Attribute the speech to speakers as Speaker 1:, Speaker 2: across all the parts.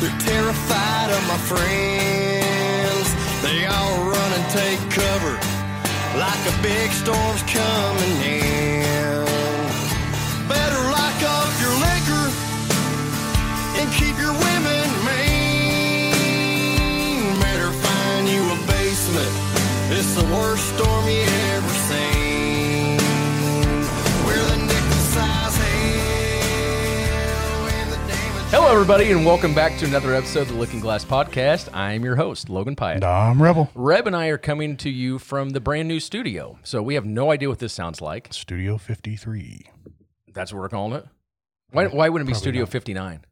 Speaker 1: They're terrified of my friends. They all run and take cover like a big storm's coming in. Better lock up your liquor and keep your women mean. Better find you a basement. It's the worst storm you ever seen. We're the nickel size hell and the damage.
Speaker 2: Hello, everybody, and welcome back to another episode of the Looking Glass Podcast. I am your host, Logan Pyatt.
Speaker 3: I'm Rebel.
Speaker 2: Reb and I are coming to you from the brand new studio, so we have no idea what this sounds like.
Speaker 3: Studio 53.
Speaker 2: That's what we're calling it. Why, why wouldn't it be
Speaker 3: Probably
Speaker 2: Studio
Speaker 3: not.
Speaker 2: 59?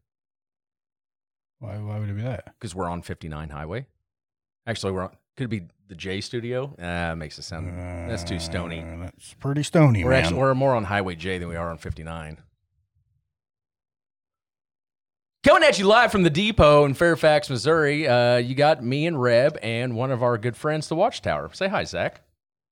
Speaker 3: Why, why would it be that?
Speaker 2: Because we're on 59 Highway. Actually, we're on, could it be the J Studio? Uh, makes it sound, that's too stony.
Speaker 3: Uh, that's pretty stony,
Speaker 2: We're
Speaker 3: man.
Speaker 2: actually, we're more on Highway J than we are on 59. Coming at you live from the depot in Fairfax, Missouri. Uh, you got me and Reb and one of our good friends, the Watchtower. Say hi, Zach.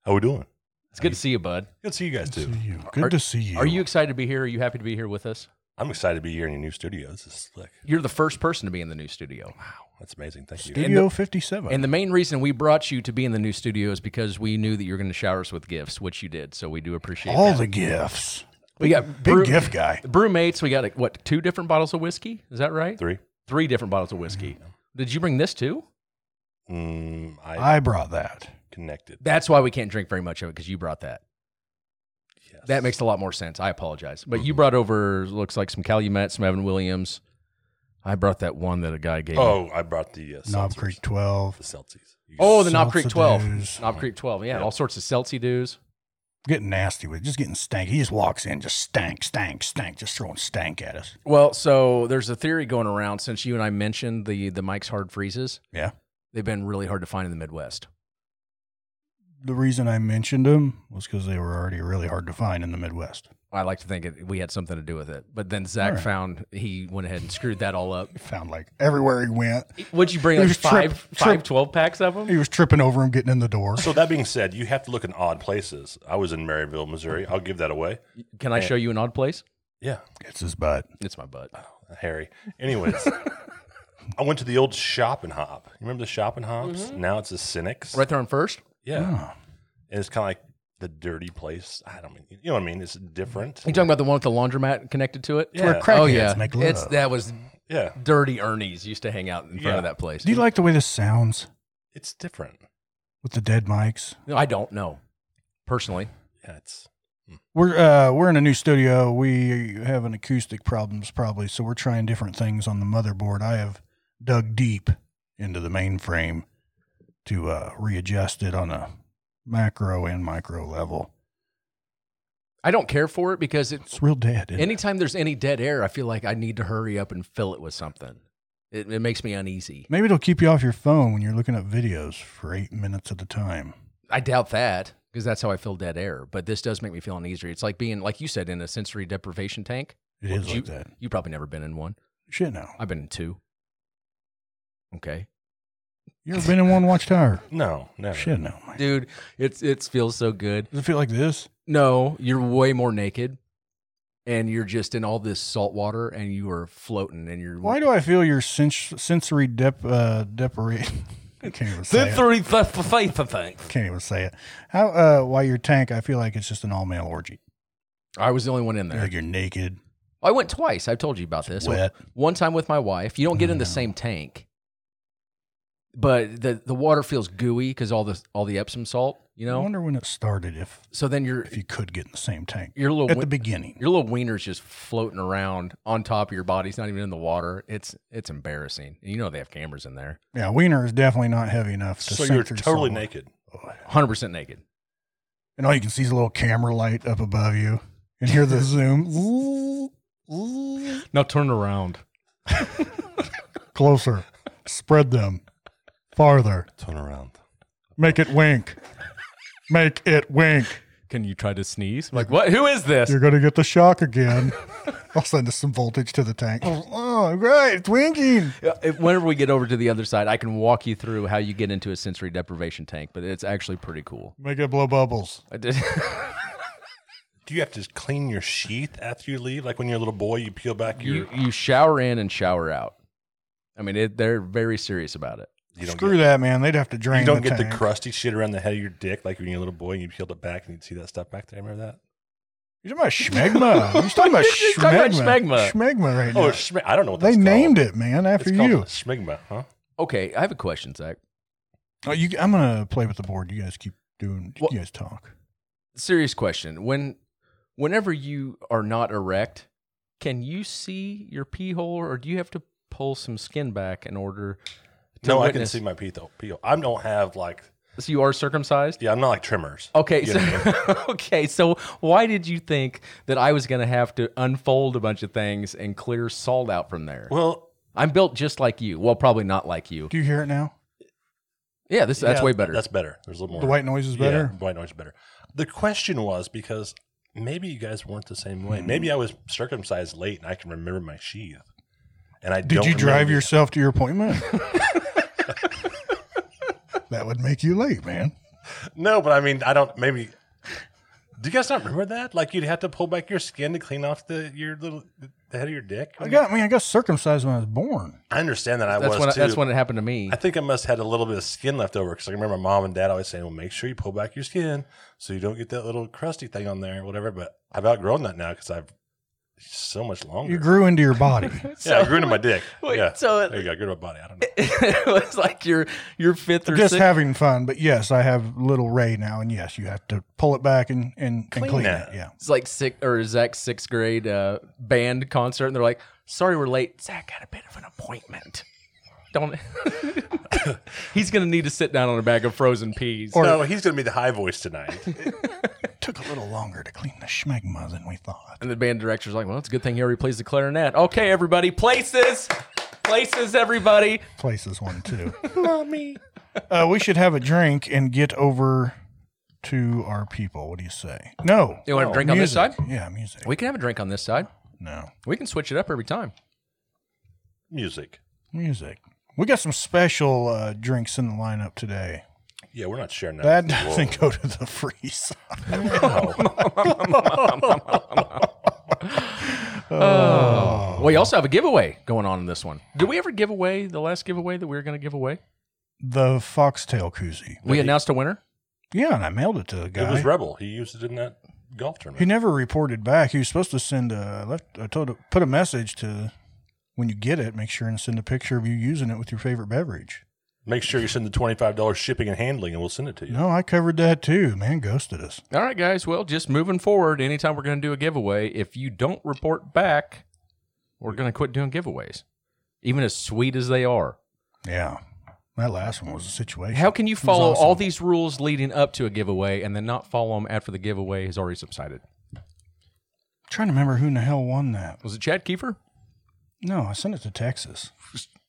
Speaker 4: How we doing?
Speaker 2: It's good to see you, bud.
Speaker 4: Good to see you guys
Speaker 3: Good to
Speaker 4: too.
Speaker 3: see you. Good
Speaker 2: Are-
Speaker 3: to see you.
Speaker 2: Are you excited to be here? Are you happy to be here with us?
Speaker 4: I'm excited to be here in your new studio. This is slick.
Speaker 2: You're the first person to be in the new studio.
Speaker 4: Wow, that's amazing. Thank you.
Speaker 3: Studio 57.
Speaker 2: And the main reason we brought you to be in the new studio is because we knew that you were going to shower us with gifts, which you did. So we do appreciate
Speaker 3: All
Speaker 2: that.
Speaker 3: the gifts.
Speaker 2: we got
Speaker 3: Big
Speaker 2: brew-
Speaker 3: gift guy.
Speaker 2: Brewmates, we got, what, two different bottles of whiskey? Is that right?
Speaker 4: Three.
Speaker 2: three different bottles of whiskey.
Speaker 3: Mm-hmm.
Speaker 2: Did you bring this too?
Speaker 4: Mm, I
Speaker 3: I brought that.
Speaker 4: connected.
Speaker 2: That's why we can't drink very much of it because you brought that.
Speaker 4: Yes.
Speaker 2: That makes a lot more sense. I apologize, but
Speaker 3: Mm-hmm.
Speaker 2: you brought over looks like some Calumet, some Evan Williams. I brought that one that a guy gave. me.
Speaker 4: Oh, I brought the uh,
Speaker 3: Knob
Speaker 4: seltzers.
Speaker 3: Creek 12.
Speaker 4: The Celsius.
Speaker 2: oh, the Knob Creek
Speaker 3: Seltzer
Speaker 2: Twelve,
Speaker 3: Dews.
Speaker 2: Knob Creek Twelve. Yeah,
Speaker 4: Yeah.
Speaker 2: all sorts of Celsi dews.
Speaker 3: Getting nasty with it. Just getting stank. He just walks in, just stank, stank, stank, just throwing stank at us.
Speaker 2: Well, so there's a theory going around since you and I mentioned the the Mike's hard freezes.
Speaker 3: Yeah.
Speaker 2: They've been really hard to find in the Midwest.
Speaker 3: The reason I mentioned them was because they were already really hard to find in the Midwest.
Speaker 2: I like to think it, we had something to do with it, but then Zach
Speaker 3: All right.
Speaker 2: found he went ahead and screwed that all up.
Speaker 3: Found like everywhere he went.
Speaker 2: Would you bring
Speaker 3: It
Speaker 2: like
Speaker 3: was trip-
Speaker 2: five,
Speaker 3: trip-
Speaker 2: five 12 packs of them?
Speaker 3: He was tripping over him getting in the door.
Speaker 4: So that being said, you have to look in odd places. I was in Maryville, Missouri. I'll give that away.
Speaker 2: Can I show you an odd place?
Speaker 4: Yeah,
Speaker 3: It's his butt.
Speaker 2: It's my butt.
Speaker 4: Harry. Anyways, I went to the old Shop and Hop. You remember the Shop and Hops? Now it's a Cynics.
Speaker 2: Right there on first.
Speaker 4: Yeah. And it's kind of like the dirty place. I don't mean, you know what I mean? It's different.
Speaker 2: You talking about the one with the laundromat connected to it?
Speaker 4: Yeah.
Speaker 3: Crackheads
Speaker 2: Oh yeah,
Speaker 3: make love.
Speaker 2: it's that was
Speaker 4: Yeah.
Speaker 2: dirty. Ernie's used to hang out in front
Speaker 4: Yeah.
Speaker 2: of that place.
Speaker 3: Do you like the way this sounds
Speaker 4: It's different.
Speaker 3: with the dead mics?
Speaker 2: No, I don't know personally.
Speaker 4: Yeah, it's
Speaker 3: We're uh, we're in a new studio. We have an acoustic problems probably, so we're trying different things on the motherboard. I have dug deep into the mainframe to uh, readjust it on a macro and micro level.
Speaker 2: I don't care for it because it's
Speaker 3: It's real dead. isn't it?
Speaker 2: anytime there's any dead air, I feel like I need to hurry up and fill it with something. It, it makes me uneasy.
Speaker 3: Maybe it'll keep you off your phone when you're looking up videos for eight minutes at a time.
Speaker 2: I doubt that because that's how I feel dead air. But this does make me feel uneasy. It's like being, like you said, in a sensory deprivation tank.
Speaker 3: It is
Speaker 2: you,
Speaker 3: like that.
Speaker 2: You probably never been in one.
Speaker 3: Shit, no.
Speaker 2: I've been in two. Okay.
Speaker 3: You ever been in one watchtower?
Speaker 4: no, never.
Speaker 3: Shit, no. man.
Speaker 2: Dude, it's it feels so good.
Speaker 3: Does it feel like this?
Speaker 2: No, you're way more naked and you're just in all this salt water and you are floating and you're
Speaker 3: Why do I feel your sens- sensory dep uh depri- I can't even say it. Can't even say it. How uh why your tank, I feel like it's just an all male orgy.
Speaker 2: I was the only one in there.
Speaker 3: Like you're naked.
Speaker 2: I went twice. I've told you about this.
Speaker 3: wet.
Speaker 2: One time with my wife. You don't get in the
Speaker 3: Yeah.
Speaker 2: same tank. But the the water feels gooey cuz all the all the Epsom salt, you
Speaker 3: I
Speaker 2: know?
Speaker 3: wonder when it started if
Speaker 2: So then you're
Speaker 3: if you could get in the same tank.
Speaker 2: you're a little
Speaker 3: At
Speaker 2: win-
Speaker 3: the beginning.
Speaker 2: Your little wiener's just floating around on top of your body. It's not even in the water. It's it's embarrassing. You know they have cameras in there.
Speaker 3: Yeah, wiener is definitely not heavy enough to
Speaker 4: So
Speaker 3: sink
Speaker 4: you're
Speaker 3: through
Speaker 4: totally
Speaker 3: someone.
Speaker 4: naked.
Speaker 2: Hundred percent naked.
Speaker 3: And all you can see is a little camera light up above you and hear the zoom.
Speaker 2: Now turn around.
Speaker 3: Closer. Spread them farther.
Speaker 4: Turn around.
Speaker 3: Make it wink. Make it wink.
Speaker 2: Can you try to sneeze? Like what? Who is this?
Speaker 3: You're going to get the shock again. I'll send us some voltage to the tank. Oh, great. It's winking.
Speaker 2: Uh, if- Whenever we get over to the other side, I can walk you through how you get into a sensory deprivation tank, but it's actually pretty cool.
Speaker 3: Make it blow bubbles.
Speaker 2: I did.
Speaker 4: Do you have to clean your sheath after you leave? Like when you're a little boy, you peel back your.
Speaker 2: you you shower in and shower out. I mean, it, they're very serious about it.
Speaker 4: you don't
Speaker 3: Screw
Speaker 4: get,
Speaker 3: that, man. They'd have to drain
Speaker 4: You don't
Speaker 3: the
Speaker 4: get
Speaker 3: tank.
Speaker 4: the crusty shit around the head of your dick, like when you're a little boy and you peeled it back and you'd see that stuff back there. Remember that?
Speaker 3: You're talking about schmegma. You're talking
Speaker 2: You're
Speaker 3: about schmegma.
Speaker 2: talking about schmegma.
Speaker 3: Schmegma right now.
Speaker 4: Oh, schmi- I don't know what
Speaker 3: they
Speaker 4: that's
Speaker 3: named
Speaker 4: called.
Speaker 3: it, man, after
Speaker 4: it's called
Speaker 3: you.
Speaker 4: Schmigma, huh?
Speaker 2: Okay, I have a question, Zach.
Speaker 3: Oh, you. I'm going to play with the board. You guys keep doing,
Speaker 2: What-
Speaker 3: you guys talk.
Speaker 2: Serious question. When, whenever you are not erect, can you see your pee hole, or do you have to pull some skin back in order? To
Speaker 4: No, I can
Speaker 2: witness-
Speaker 4: see my pee though. Pee. I don't have like.
Speaker 2: So you are circumcised.
Speaker 4: Yeah, I'm not like trimmers.
Speaker 2: Okay,
Speaker 4: You
Speaker 2: so,
Speaker 4: know what I mean?
Speaker 2: okay. So why did you think that I was going to have to unfold a bunch of things and clear salt out from there?
Speaker 4: well,
Speaker 2: I'm built just like you. Well, probably not like you.
Speaker 3: Do you hear it now?
Speaker 2: Yeah, this that's
Speaker 4: yeah,
Speaker 2: way better.
Speaker 4: That's better. There's a little more.
Speaker 3: The white noise is
Speaker 4: Yeah,
Speaker 3: better.
Speaker 4: white noise is better. The question was because maybe you guys weren't the same way.
Speaker 3: Hmm.
Speaker 4: Maybe I was circumcised late and I can remember my sheath. And I
Speaker 3: Did
Speaker 4: don't
Speaker 3: you drive
Speaker 4: remember-
Speaker 3: yourself to your appointment? that would make you late, man.
Speaker 4: No, but I mean, I don't. Maybe. Do you guys not remember that? Like you'd have to pull back your skin to clean off the your little the head of your dick.
Speaker 3: I got, I mean, I got circumcised when I was born.
Speaker 4: I understand that I
Speaker 2: That's
Speaker 4: was
Speaker 2: when
Speaker 4: too.
Speaker 2: that's when it happened to me.
Speaker 4: I think I must have had a little bit of skin left over because I remember my mom and dad always saying, "Well, make sure you pull back your skin so you don't get that little crusty thing on there, or whatever." But I've outgrown that now because I've so much longer.
Speaker 3: You grew into your body.
Speaker 4: yeah, I grew into my dick.
Speaker 2: Wait,
Speaker 4: yeah,
Speaker 2: so-
Speaker 4: there you go. I grew to my body. I don't know.
Speaker 2: it was like your your fifth or
Speaker 3: Just
Speaker 2: sixth.
Speaker 3: having fun, but yes, I have little Ray now, and yes, you have to pull it back and and clean, and clean
Speaker 4: that.
Speaker 3: it. Yeah,
Speaker 2: it's like six or Zach's sixth grade uh, band concert, and they're like, "Sorry, we're late. Zach got a bit of an appointment. Don't." He's gonna need to sit down on a bag of frozen peas.
Speaker 4: no, he's going to be the high voice tonight.
Speaker 3: it took a little longer to clean the schmegma than we thought.
Speaker 2: and the band director's like, "Well, it's a good thing he already plays the clarinet." Okay, everybody, places, places, everybody.
Speaker 3: Places one too. Uh, we should have a drink and get over to our people. What do you say? No,
Speaker 2: You want to drink on this side?
Speaker 3: music. Yeah, music.
Speaker 2: We can have a drink on this side.
Speaker 3: No,
Speaker 2: We can switch it up every time.
Speaker 4: Music.
Speaker 3: music. We got some special uh, drinks in the lineup today.
Speaker 4: Yeah, we're not sharing
Speaker 3: That
Speaker 4: that.
Speaker 3: doesn't go to the freeze.
Speaker 2: Well, you also have a giveaway going on in this one. Did we ever give away the last giveaway that we were going to give away?
Speaker 3: The foxtail koozie.
Speaker 2: We announced a winner.
Speaker 3: Yeah, and I mailed it to the
Speaker 4: It
Speaker 3: guy.
Speaker 4: was Rebel. He used it in that golf
Speaker 3: He
Speaker 4: tournament.
Speaker 3: never reported back. He was supposed to send a left. I told him put a message to when you get it. Make sure and send a picture of you using it with your favorite beverage.
Speaker 4: Make sure you send the twenty five dollars shipping and handling, and we'll send it to you.
Speaker 3: No, I covered that too. Man ghosted us.
Speaker 2: All right, guys. Well, just moving forward, anytime we're going to do a giveaway, if you don't report back, we're going to quit doing giveaways, even as sweet as they are.
Speaker 3: Yeah, that last one was a situation.
Speaker 2: How can you
Speaker 3: It was
Speaker 2: follow
Speaker 3: awesome.
Speaker 2: all these rules leading up to a giveaway and then not follow them after the giveaway has already subsided?
Speaker 3: I'm trying to remember who in the hell won that.
Speaker 2: Was it Chad Kiefer?
Speaker 3: No, I sent it to Texas.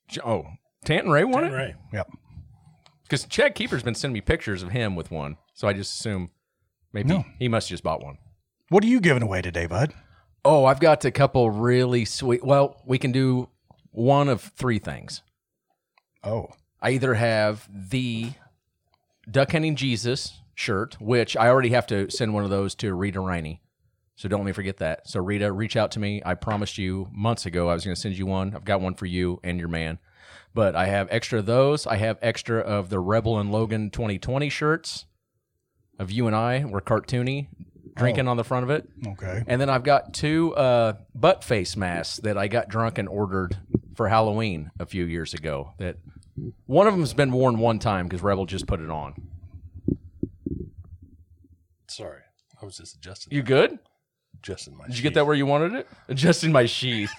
Speaker 2: J- Oh, Tanton Ray won it?
Speaker 4: Right.
Speaker 3: Yep.
Speaker 2: Because Chad Kiefer's been sending me pictures of him with one. So I just assume maybe
Speaker 3: No.
Speaker 2: he must just bought one.
Speaker 3: What are you giving away today, bud?
Speaker 2: Oh, I've got a couple really sweet. Well, we can do one of three things.
Speaker 3: Oh,
Speaker 2: I either have the Duck Hunting Jesus shirt, which I already have to send one of those to Rita Riney. So don't let me forget that. So Rita, reach out to me. I promised you months ago I was going to send you one. I've got one for you and your man. But I have extra of those. I have extra of the Rebel and Logan 2020 shirts of you and I. We're cartoony, drinking on the front of it.
Speaker 3: okay.
Speaker 2: And then I've got two uh, butt face masks that I got drunk and ordered for Halloween a few years ago. That one of them's been worn one time because Rebel just put it on.
Speaker 4: Sorry, I was just adjusting.
Speaker 2: You good?
Speaker 4: adjusting my.
Speaker 2: Did you get that where you wanted it? Adjusting my sheath.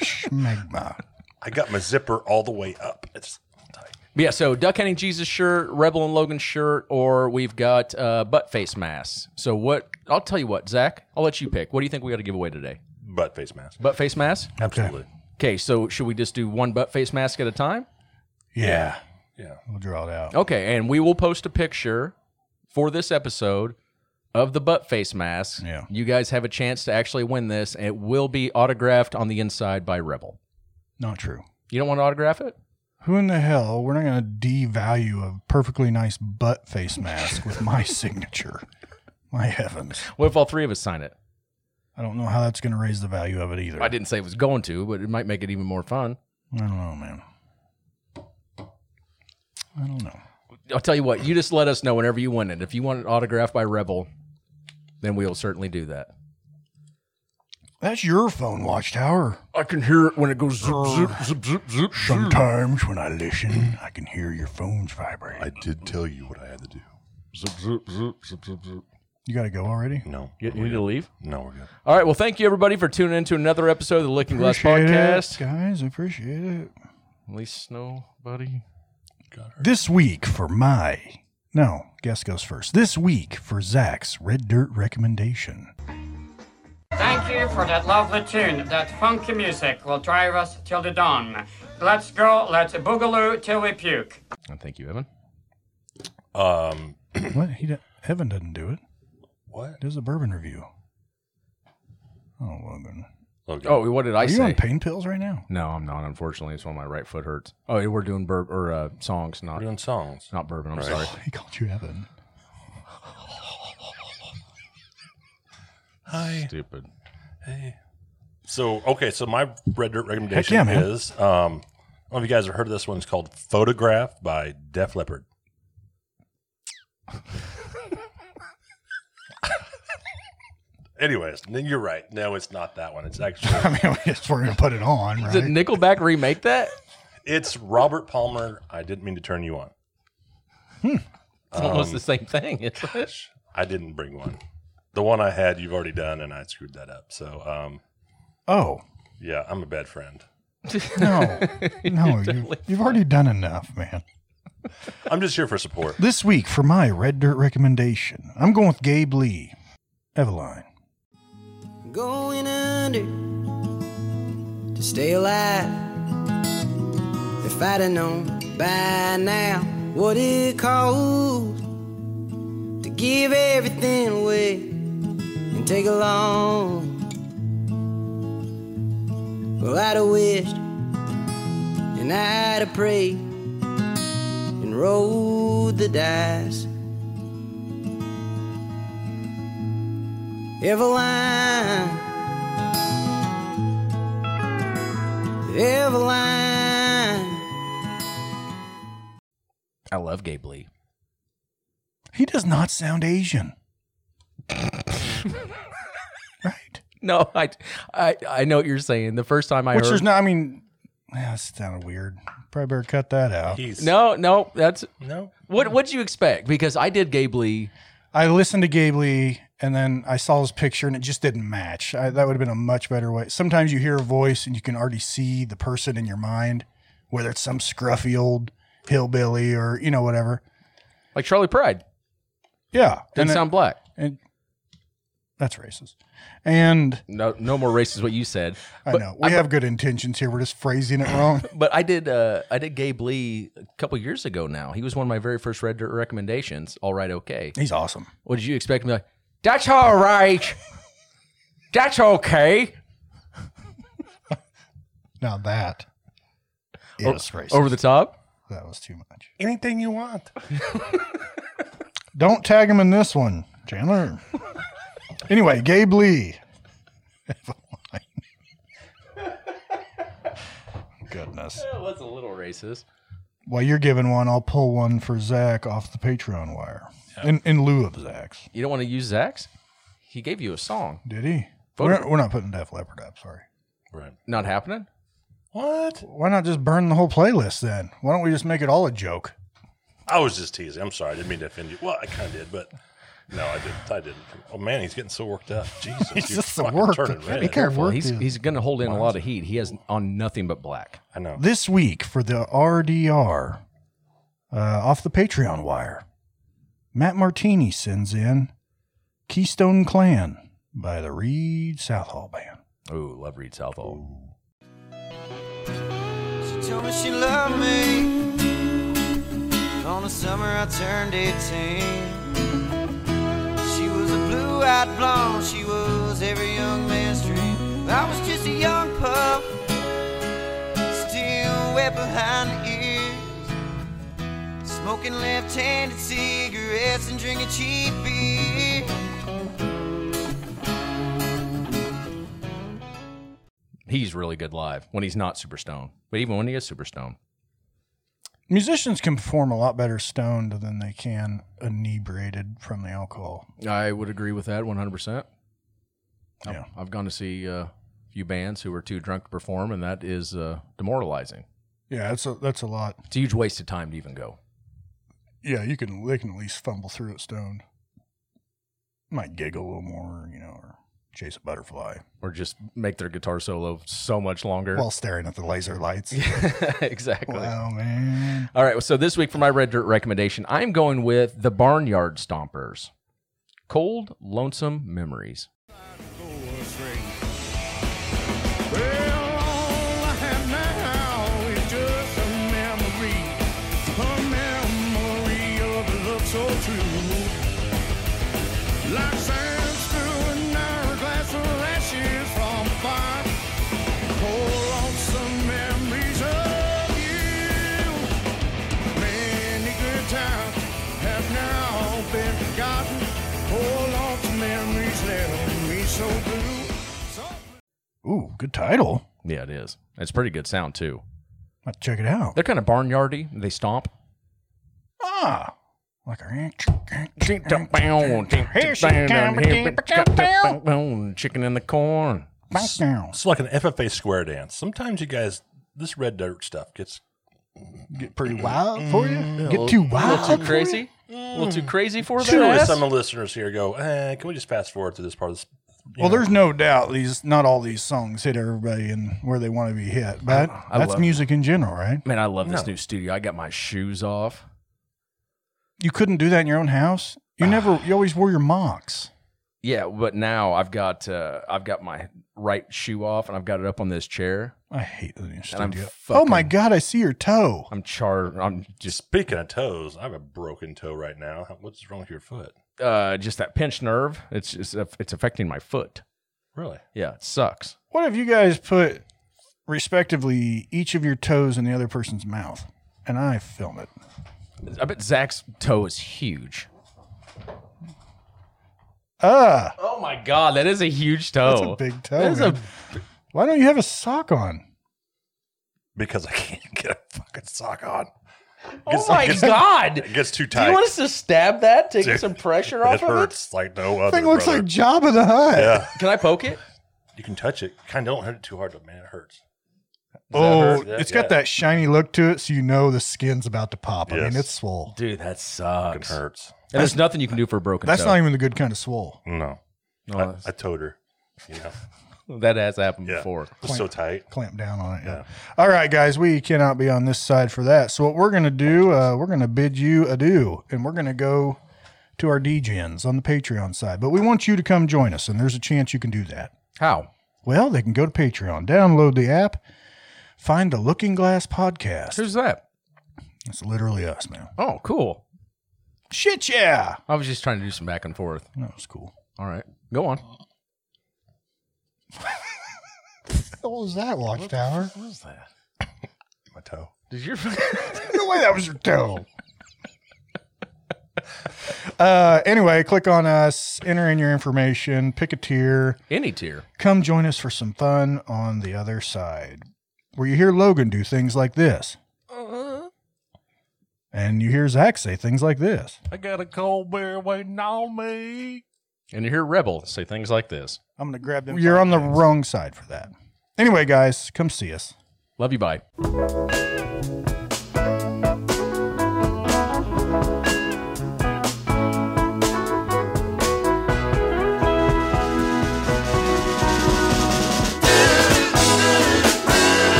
Speaker 3: Schmegma.
Speaker 4: I got my zipper all the way up. It's tight.
Speaker 2: But yeah. So Duck Hunting Jesus shirt, Rebel and Logan shirt, or we've got uh, butt face masks. So what? I'll tell you what, Zach. I'll let you pick. What do you think we got to give away today?
Speaker 4: Butt face mask.
Speaker 2: Butt face mask.
Speaker 3: Okay.
Speaker 4: Absolutely.
Speaker 2: Okay, so should we just do one butt face mask at a time?
Speaker 3: Yeah.
Speaker 4: Yeah.
Speaker 3: We'll draw it out.
Speaker 2: Okay, and we will post a picture for this episode of the butt face mask.
Speaker 3: Yeah.
Speaker 2: You guys have a chance to actually win this. It will be autographed on the inside by Rebel.
Speaker 3: Not true.
Speaker 2: You don't want to autograph it?
Speaker 3: Who in the hell? We're not going to devalue a perfectly nice butt face mask with my signature. My heavens.
Speaker 2: What if all three of us sign it?
Speaker 3: I don't know how that's going to raise the value of it either.
Speaker 2: I didn't say it was going to, but it might make it even more fun.
Speaker 3: I don't know, man. I don't know.
Speaker 2: I'll tell you what, you just let us know whenever you win it. If you want it autographed by Rebel, then we will certainly do that.
Speaker 3: That's your phone, Watchtower.
Speaker 2: I can hear it when it goes zip, zip, zip, zip, zip.
Speaker 3: Sometimes when I listen, I can hear your phones vibrate.
Speaker 4: I did tell you what I had to do.
Speaker 3: you got to go already?
Speaker 4: No.
Speaker 2: You, you need to leave?
Speaker 4: No, we're good.
Speaker 2: All right. Well, thank you, everybody, for tuning in to another episode of the Looking Glass
Speaker 3: it,
Speaker 2: Podcast.
Speaker 3: guys. Appreciate it.
Speaker 2: At least nobody.
Speaker 3: This week for my. No, guess goes first. This week for Zach's Red Dirt recommendation.
Speaker 5: Thank you for that lovely tune. That funky music will drive us till the dawn. Let's go, let's boogaloo till we puke.
Speaker 2: And thank you, Evan.
Speaker 4: Um,
Speaker 3: what? He do- Evan doesn't do it.
Speaker 4: what?
Speaker 3: Does a bourbon review. Oh, Logan.
Speaker 4: Logan.
Speaker 2: Oh, what did I
Speaker 3: Are you
Speaker 2: say?
Speaker 3: on pain pills right now?
Speaker 2: no, I'm not. Unfortunately, it's when my right foot hurts. Oh, yeah, we're doing bur- or uh, songs,
Speaker 4: we're
Speaker 2: not
Speaker 4: doing songs.
Speaker 2: not bourbon. I'm
Speaker 4: Right.
Speaker 2: sorry.
Speaker 3: He called you Evan.
Speaker 4: Hi.
Speaker 2: Stupid.
Speaker 4: Hey. So okay, so my red dirt recommendation
Speaker 3: Heck yeah, man.
Speaker 4: is um, I don't know if you guys have heard of this one. It's called "Photograph" by Def Leppard. Anyways, then you're right. No, it's not that one. It's actually
Speaker 3: I mean, we just were going to put it on, right?
Speaker 2: Did Nickelback remake that?
Speaker 4: it's Robert Palmer. I didn't mean to turn you on.
Speaker 2: It's almost the same thing. isn't it?
Speaker 4: I didn't bring one. The one I had, you've already done, and I screwed that up. So um,
Speaker 3: oh,
Speaker 4: yeah, I'm a bad friend.
Speaker 3: no. No, you, you've already done enough, man.
Speaker 4: I'm just here for support.
Speaker 3: This week for my Red Dirt recommendation, I'm going with Gabe Lee, Eveline.
Speaker 6: going under to stay alive. If I'd have known by now what it costs to give everything away and take along, well, I'd have wished and I'd have prayed and rolled the dice. Eveline. Eveline.
Speaker 2: I love Gabe Lee.
Speaker 3: He does not sound Asian. right?
Speaker 2: No, I, I, I know what you're saying. The first time I
Speaker 3: Which
Speaker 2: heard,
Speaker 3: there's not, I mean, yeah, that sounded weird. Probably better cut that out.
Speaker 4: He's
Speaker 2: no, no, that's
Speaker 4: no.
Speaker 2: what. What'd you expect? Because I did Gabe Lee.
Speaker 3: I listened to Gabe Lee and then I saw his picture and it just didn't match. I, that would have been a much better way. Sometimes you hear a voice and you can already see the person in your mind, whether it's some scruffy old hillbilly or, you know, whatever.
Speaker 2: Like Charlie Pride.
Speaker 3: Yeah.
Speaker 2: Doesn't
Speaker 3: and it-
Speaker 2: sound black.
Speaker 3: and that's racist. And
Speaker 2: No, no more race is what you said.
Speaker 3: I
Speaker 2: But
Speaker 3: know we have good intentions here. We're just phrasing it wrong.
Speaker 2: But I did uh, I did Gabe Lee a couple years ago now. He was one of my very first Red Dirt recommendations. All right, okay.
Speaker 3: He's awesome.
Speaker 2: What did you expect me like? That's all right. That's okay.
Speaker 3: Now that is racist.
Speaker 2: Over the top.
Speaker 3: that was too much.
Speaker 4: Anything you want.
Speaker 3: Don't tag him in this one, Chandler. anyway, Gabe Lee. Goodness.
Speaker 2: That was a little racist.
Speaker 3: While you're giving one, I'll pull one for Zach off the Patreon wire. In, in lieu of Zach's.
Speaker 2: You don't want to use Zach's? He gave you a song.
Speaker 3: Did he?
Speaker 2: Vote
Speaker 3: We're, we're not putting Def Leppard up, sorry.
Speaker 4: Right.
Speaker 2: Not happening.
Speaker 4: What?
Speaker 3: Why not just burn the whole playlist then? Why don't we just make it all a joke?
Speaker 4: I was just teasing. I'm sorry. I didn't mean to offend you. Well, I kind of did, but no, I didn't. I didn't. Oh man, he's getting so worked up. Jesus,
Speaker 3: He's
Speaker 4: you're
Speaker 3: just the
Speaker 4: fucking
Speaker 3: work.
Speaker 4: Turning
Speaker 3: Be
Speaker 4: red.
Speaker 3: careful.
Speaker 2: He's he's going to hold in a lot of heat. He has on nothing but black.
Speaker 4: I know.
Speaker 3: this week for the RDR uh, off the Patreon wire. Matt Martini sends in Keystone Clan by the Reed Southall Band.
Speaker 2: Oh, love Reed Southall.
Speaker 7: told me she loved me. On the summer I turned 18. She was a blue eyed blonde, she was every young man's dream. I was just a young pup, still wet behind the ears. Smoking left handed cigarettes and drinking cheap beer.
Speaker 2: He's really good live when he's not super stoned, but even when he is super stoned.
Speaker 3: Musicians can perform a lot better stoned than they can inebriated from the alcohol.
Speaker 2: I would agree with that 100%. I've-
Speaker 3: Yeah.
Speaker 2: I've gone to see uh, a few bands who were too drunk to perform, and that is uh, demoralizing.
Speaker 3: Yeah, that's a that's a lot.
Speaker 2: It's a huge waste of time to even go.
Speaker 3: Yeah, you can they can at least fumble through it stoned. Might giggle a little more, you know, or chase a butterfly
Speaker 2: Or just make their guitar solo so much longer.
Speaker 3: while staring at the laser lights.
Speaker 2: exactly.
Speaker 3: Wow, man.
Speaker 2: All right. So this week for my red dirt recommendation, I'm going with the Barnyard Stompers. Cold, lonesome memories.
Speaker 3: Ooh, good title.
Speaker 2: Yeah, it is. It's pretty good sound too.
Speaker 3: Let's check it out.
Speaker 2: They're kind of barnyardy. They stomp.
Speaker 3: Ah, like a ranch. Here she comes,
Speaker 2: Chicken in the corn.
Speaker 3: Back down.
Speaker 4: It's like an FFA square dance. Sometimes you guys, this red dirt stuff gets
Speaker 3: Get mm, pretty wild for you. Get too wild.
Speaker 2: Too crazy. A little
Speaker 3: Mm.
Speaker 2: too crazy for
Speaker 4: Surely
Speaker 2: that.
Speaker 4: some of the listeners here go, eh, can we just fast forward to this part of this? you
Speaker 3: Well,
Speaker 4: know,
Speaker 3: there's no doubt these not all these songs hit everybody and where they want to be hit, but
Speaker 2: I
Speaker 3: that's
Speaker 2: love-
Speaker 3: music in general, right?
Speaker 2: Man, I love this
Speaker 4: No.
Speaker 2: new studio. I got my shoes off.
Speaker 3: You couldn't do that in your own house.
Speaker 2: Ah.
Speaker 3: You never. You always wore your mocks.
Speaker 2: Yeah, but now I've got uh, I've got my right shoe off and I've got it up on this chair.
Speaker 3: I hate the new
Speaker 2: I'm
Speaker 3: studio. oh my
Speaker 2: fucking-
Speaker 3: god, I see your toe.
Speaker 2: I'm char. I'm just
Speaker 4: Speaking of toes, I have a broken toe right now. How- What's wrong with your foot?
Speaker 2: uh, just that pinched nerve. It's just, it's affecting my foot.
Speaker 4: Really?
Speaker 2: Yeah, it sucks.
Speaker 3: What if you guys put respectively each of your toes in the other person's mouth, and I film it?
Speaker 2: I bet Zach's toe is huge.
Speaker 3: Ah,
Speaker 2: Oh my god, that is a huge
Speaker 3: that's
Speaker 4: Oh.
Speaker 2: toe.
Speaker 3: a big toe.
Speaker 2: That is a-
Speaker 3: man. Why don't you have a sock on?
Speaker 4: Because I can't get a fucking sock on.
Speaker 2: oh my
Speaker 4: gets-
Speaker 2: god.
Speaker 4: It gets too
Speaker 2: Do
Speaker 4: tight.
Speaker 2: you want us to stab that? Take
Speaker 4: Dude,
Speaker 2: some pressure
Speaker 4: it
Speaker 2: off of it.
Speaker 4: hurts like no other.
Speaker 3: Thing looks
Speaker 4: brother.
Speaker 3: like Jabba the Hutt.
Speaker 4: yeah.
Speaker 2: Can I poke it?
Speaker 4: You can touch it. Kind of don't hurt it too hard, but man, it hurts.
Speaker 3: Oh,
Speaker 4: hurt? Yeah,
Speaker 3: it's
Speaker 4: yeah.
Speaker 3: got that shiny look to it, so you know the skin's about to pop. I
Speaker 4: Yes.
Speaker 3: mean, it's swole.
Speaker 2: Dude, that
Speaker 4: It
Speaker 2: sucks. And
Speaker 4: hurts.
Speaker 2: there's nothing you can do for a broken
Speaker 3: That's not
Speaker 2: toe.
Speaker 3: even the good kind of swole.
Speaker 4: No,
Speaker 2: No,
Speaker 4: I, I towed her. You know,
Speaker 2: that's- that has happened
Speaker 4: Yeah.
Speaker 2: before.
Speaker 4: it was so tight.
Speaker 3: Clamp down on it. Yeah.
Speaker 4: Yeah.
Speaker 3: All right, guys, we cannot be on this side for that. So what we're gonna do? Uh, we're gonna bid you adieu, and we're gonna go to our DGens on the Patreon side. But we want you to come join us, and there's a chance you can do that.
Speaker 2: How?
Speaker 3: Well, they can go to Patreon, download the app, find the Looking Glass podcast.
Speaker 2: Who's that?
Speaker 3: It's literally us, man.
Speaker 2: Oh, cool.
Speaker 3: Shit, yeah.
Speaker 2: I was just trying to do some back and forth.
Speaker 3: That was cool.
Speaker 2: All right. Go on.
Speaker 3: What was that watchtower?
Speaker 2: What was that?
Speaker 4: My toe.
Speaker 2: Did your
Speaker 3: no way that was your toe. uh, anyway, click on us, enter in your information, pick a tier,
Speaker 2: any tier?
Speaker 3: come join us for some fun on the other side, where you hear Logan do things like this,
Speaker 2: Uh-huh.
Speaker 3: and you hear Zach say things like this.
Speaker 2: I got a cold beer waiting on me. And you hear Rebel say things like this.
Speaker 3: I'm gonna grab them. You're on the wrong side for that. Anyway, guys, come see us.
Speaker 2: Love you, bye.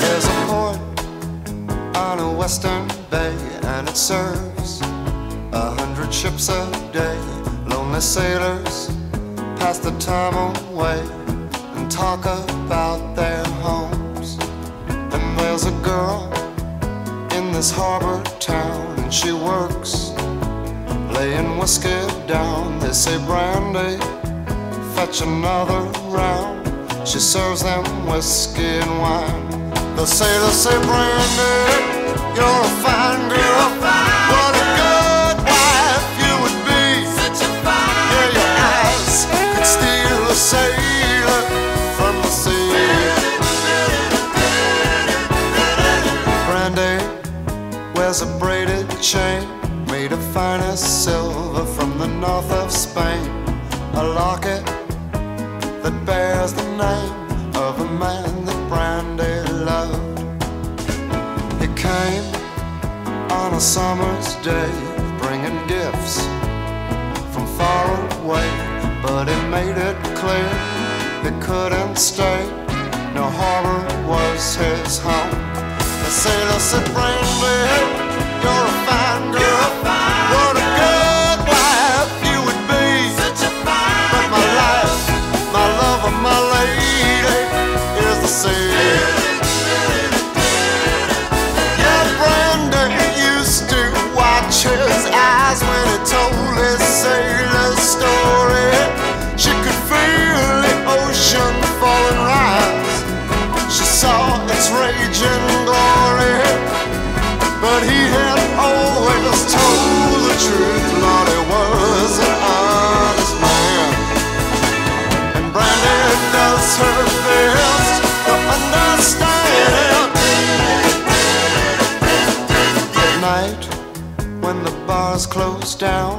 Speaker 7: There's a port on a western bay, and it serves a hundred ships a day. Lonely sailors pass the time away and talk about their homes and There's a girl in this harbor town, and she works laying whiskey down. They say, Brandy, fetch another round. She serves them whiskey and wine. They say, they say, Brandy, you're a fine girl. What a good wife you would be. Such a fine Yeah, your eyes could steal a sailor from the sea. Brandy wears a braided chain made of finest silver from the north of Spain. A locket that bears the name of a man that Brandy loved. He came on a summer's day, bringing gifts from far away, but he made it clear he couldn't stay. No harbor was his home. The sailor said, Brandy, you're a fine girl. What a good wife you would be. Such a fine But my life, my love, and my lady is the sea. Yeah, Brandon used to watch his eyes when he told his sailor story. She could feel the ocean falling rise. She saw its raging glory. But he had always told the truth. Lord, he was an honest man. And Brandy does her best to understand at night when the bars close down.